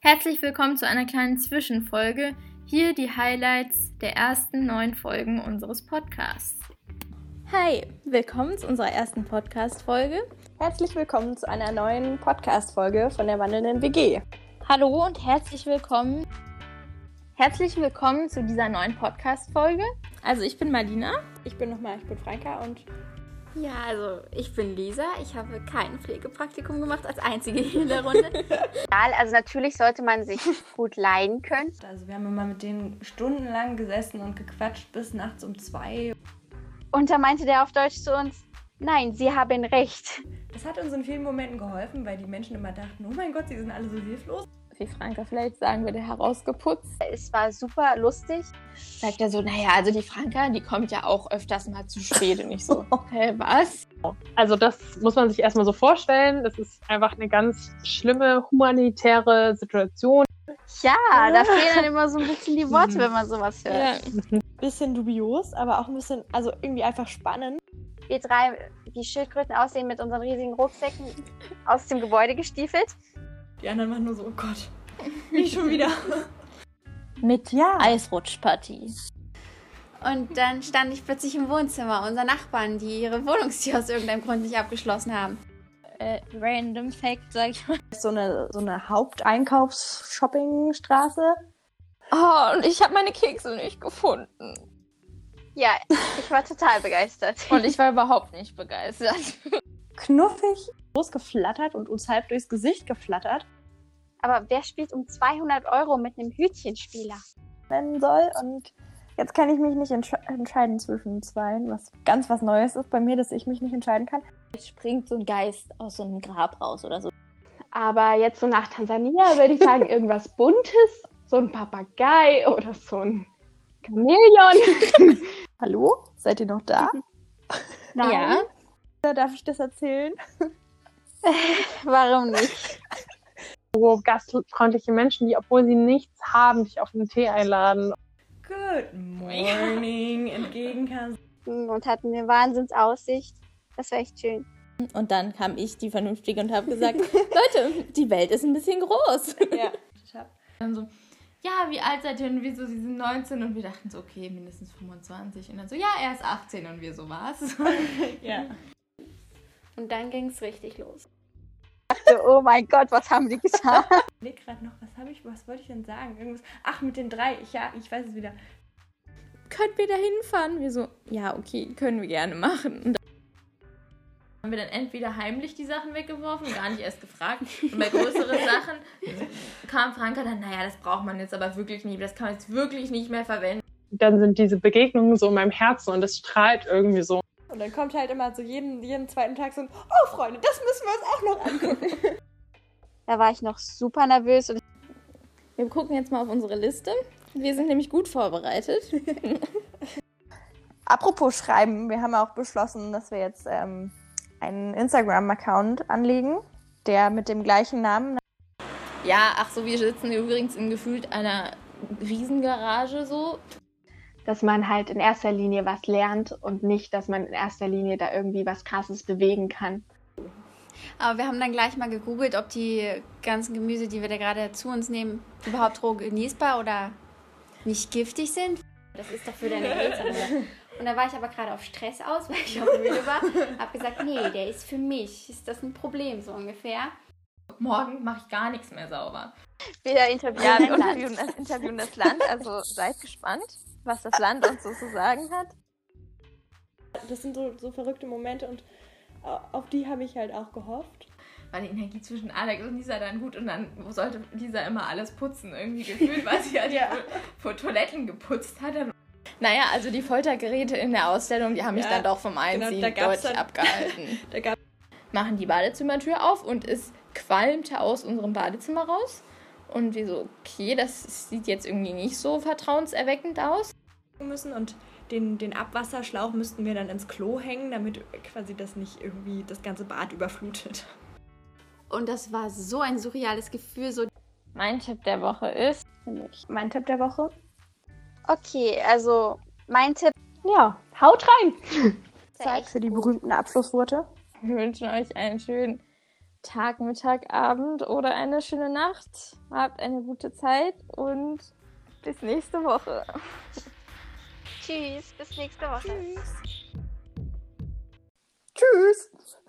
Herzlich willkommen zu einer kleinen Zwischenfolge. Hier die Highlights der ersten neun Folgen unseres Podcasts. Hi, willkommen zu unserer ersten Podcast-Folge. Herzlich willkommen zu einer neuen Podcast-Folge von der Wandelnden WG. Hallo und herzlich willkommen. Herzlich willkommen zu dieser neuen Podcast-Folge. Also ich bin Marlina. Ich bin nochmal, ich bin Franka und Ja, also ich bin Lisa. Ich habe kein Pflegepraktikum gemacht als einzige hier in der Runde. egal. Also natürlich sollte man sich gut leiden können. Also wir haben immer mit denen stundenlang gesessen und gequatscht bis nachts um zwei. Und da meinte der auf Deutsch zu uns, nein, Sie haben recht. Das hat uns in vielen Momenten geholfen, weil die Menschen immer dachten, oh mein Gott, sie sind alle so hilflos. Wie Franka vielleicht sagen würde, herausgeputzt. Es war super lustig. Sagt er so, naja, also die Franka, die kommt ja auch öfters mal zu spät. Und ich so, okay, was? Also das muss man sich erstmal so vorstellen. Das ist einfach eine ganz schlimme humanitäre Situation. Ja, da fehlen dann immer so ein bisschen die Worte, wenn man sowas hört. Ja. bisschen dubios, aber auch ein bisschen, also irgendwie einfach spannend. Wir drei, die Schildkröten aussehen, mit unseren riesigen Rucksäcken aus dem Gebäude gestiefelt. Die anderen waren nur so, oh Gott, nicht schon wieder. Mit Eisrutschpartie. Und dann stand ich plötzlich im Wohnzimmer unserer Nachbarn, die ihre Wohnungstür aus irgendeinem Grund nicht abgeschlossen haben. Äh, random Fact, sag ich mal. So eine, so eine Haupteinkaufs-Shopping-Straße. Oh, und ich habe meine Kekse nicht gefunden. Ja, ich war total begeistert. Und ich war überhaupt nicht begeistert. Knuffig, groß geflattert und uns halb durchs Gesicht geflattert Aber wer spielt um 200 Euro mit einem Hütchenspieler? nennen soll. Und jetzt kann ich mich nicht entsch entscheiden zwischen zwei, was ganz was Neues ist bei mir, dass ich mich nicht entscheiden kann. Springt so ein Geist aus so einem Grab raus oder so. Aber jetzt so nach Tansania würde ich sagen, irgendwas Buntes, so ein Papagei oder so ein Chamäleon. Hallo? Seid ihr noch da? Ja. Da darf ich das erzählen. Warum nicht? Wo gastfreundliche Menschen, die, obwohl sie nichts haben, dich auf einen Tee einladen. Good morning, entgegenkam. Und hatten eine Wahnsinnsaussicht. Das war echt schön. Und dann kam ich, die Vernünftige, und habe gesagt, Leute, die Welt ist ein bisschen groß. dann so, ja, wie alt seid ihr? Und wir so, sie sind 19 und wir dachten so, okay, mindestens 25. Und dann so, ja, er ist 18 und wir so, was? Ja. Und dann ging es richtig los. Oh mein Gott, was haben die getan? Ich gerade noch, was habe ich, was wollte ich denn sagen? Irgendwas. Ach, mit den drei. Ich, ja, ich weiß es wieder. Können wir da hinfahren? Wir so, ja, okay, können wir gerne machen. Und Haben wir dann entweder heimlich die Sachen weggeworfen, gar nicht erst gefragt. Und bei größeren Sachen kam Franka dann, naja, das braucht man jetzt aber wirklich nicht, das kann man jetzt wirklich nicht mehr verwenden. Dann sind diese Begegnungen so in meinem Herzen und das strahlt irgendwie so. Und dann kommt halt immer so jeden, jeden zweiten Tag so ein, oh Freunde, das müssen wir uns auch noch angucken. Da war ich noch super nervös und Wir gucken jetzt mal auf unsere Liste. Wir sind nämlich gut vorbereitet. Apropos Schreiben, wir haben auch beschlossen, dass wir jetzt ähm, einen Instagram-Account anlegen, der mit dem gleichen Namen. Ja, ach so, wir sitzen übrigens in gefühlt einer Riesengarage so. Dass man halt in erster Linie was lernt und nicht, dass man in erster Linie da irgendwie was Krasses bewegen kann. Aber wir haben dann gleich mal gegoogelt, ob die ganzen Gemüse, die wir da gerade zu uns nehmen, überhaupt roh genießbar oder nicht giftig sind. Das ist doch für deine Gesundheit. Und da war ich aber gerade auf Stress aus, weil ich auch müde war. Hab gesagt, nee, der ist für mich. Ist das ein Problem so ungefähr? Morgen mache ich gar nichts mehr sauber. wieder interviewen. Ja, wir interviewen, interviewen das Land, also seid gespannt, was das Land uns so zu sagen hat. Das sind so, so verrückte Momente und äh, auf die habe ich halt auch gehofft. War die Energie zwischen Alex und Lisa dann gut und dann sollte Lisa immer alles putzen, irgendwie gefühlt, weil sie ja die vor Toiletten geputzt hat. Naja, also die Foltergeräte in der Ausstellung, die haben mich Ja, dann doch vom genau, Einziehen da deutlich gab's dann- abgehalten. Da gab Machen die Badezimmertür auf und es qualmte aus unserem Badezimmer raus. Und wir so, okay, das sieht jetzt irgendwie nicht so vertrauenserweckend aus. müssen und den, den Abwasserschlauch müssten wir dann ins Klo hängen, damit quasi das nicht irgendwie das ganze Bad überflutet. Und das war so ein surreales Gefühl, so Mein Tipp der Woche ist, Mein Tipp der Woche? Okay, also mein Tipp. Ja, haut rein! Zeit Zeit für die berühmten Abschlussworte. wir wünschen euch einen schönen Tag, Mittag, Abend oder eine schöne Nacht. Habt eine gute Zeit und bis nächste Woche. Tschüss, bis nächste Woche. Tschüss.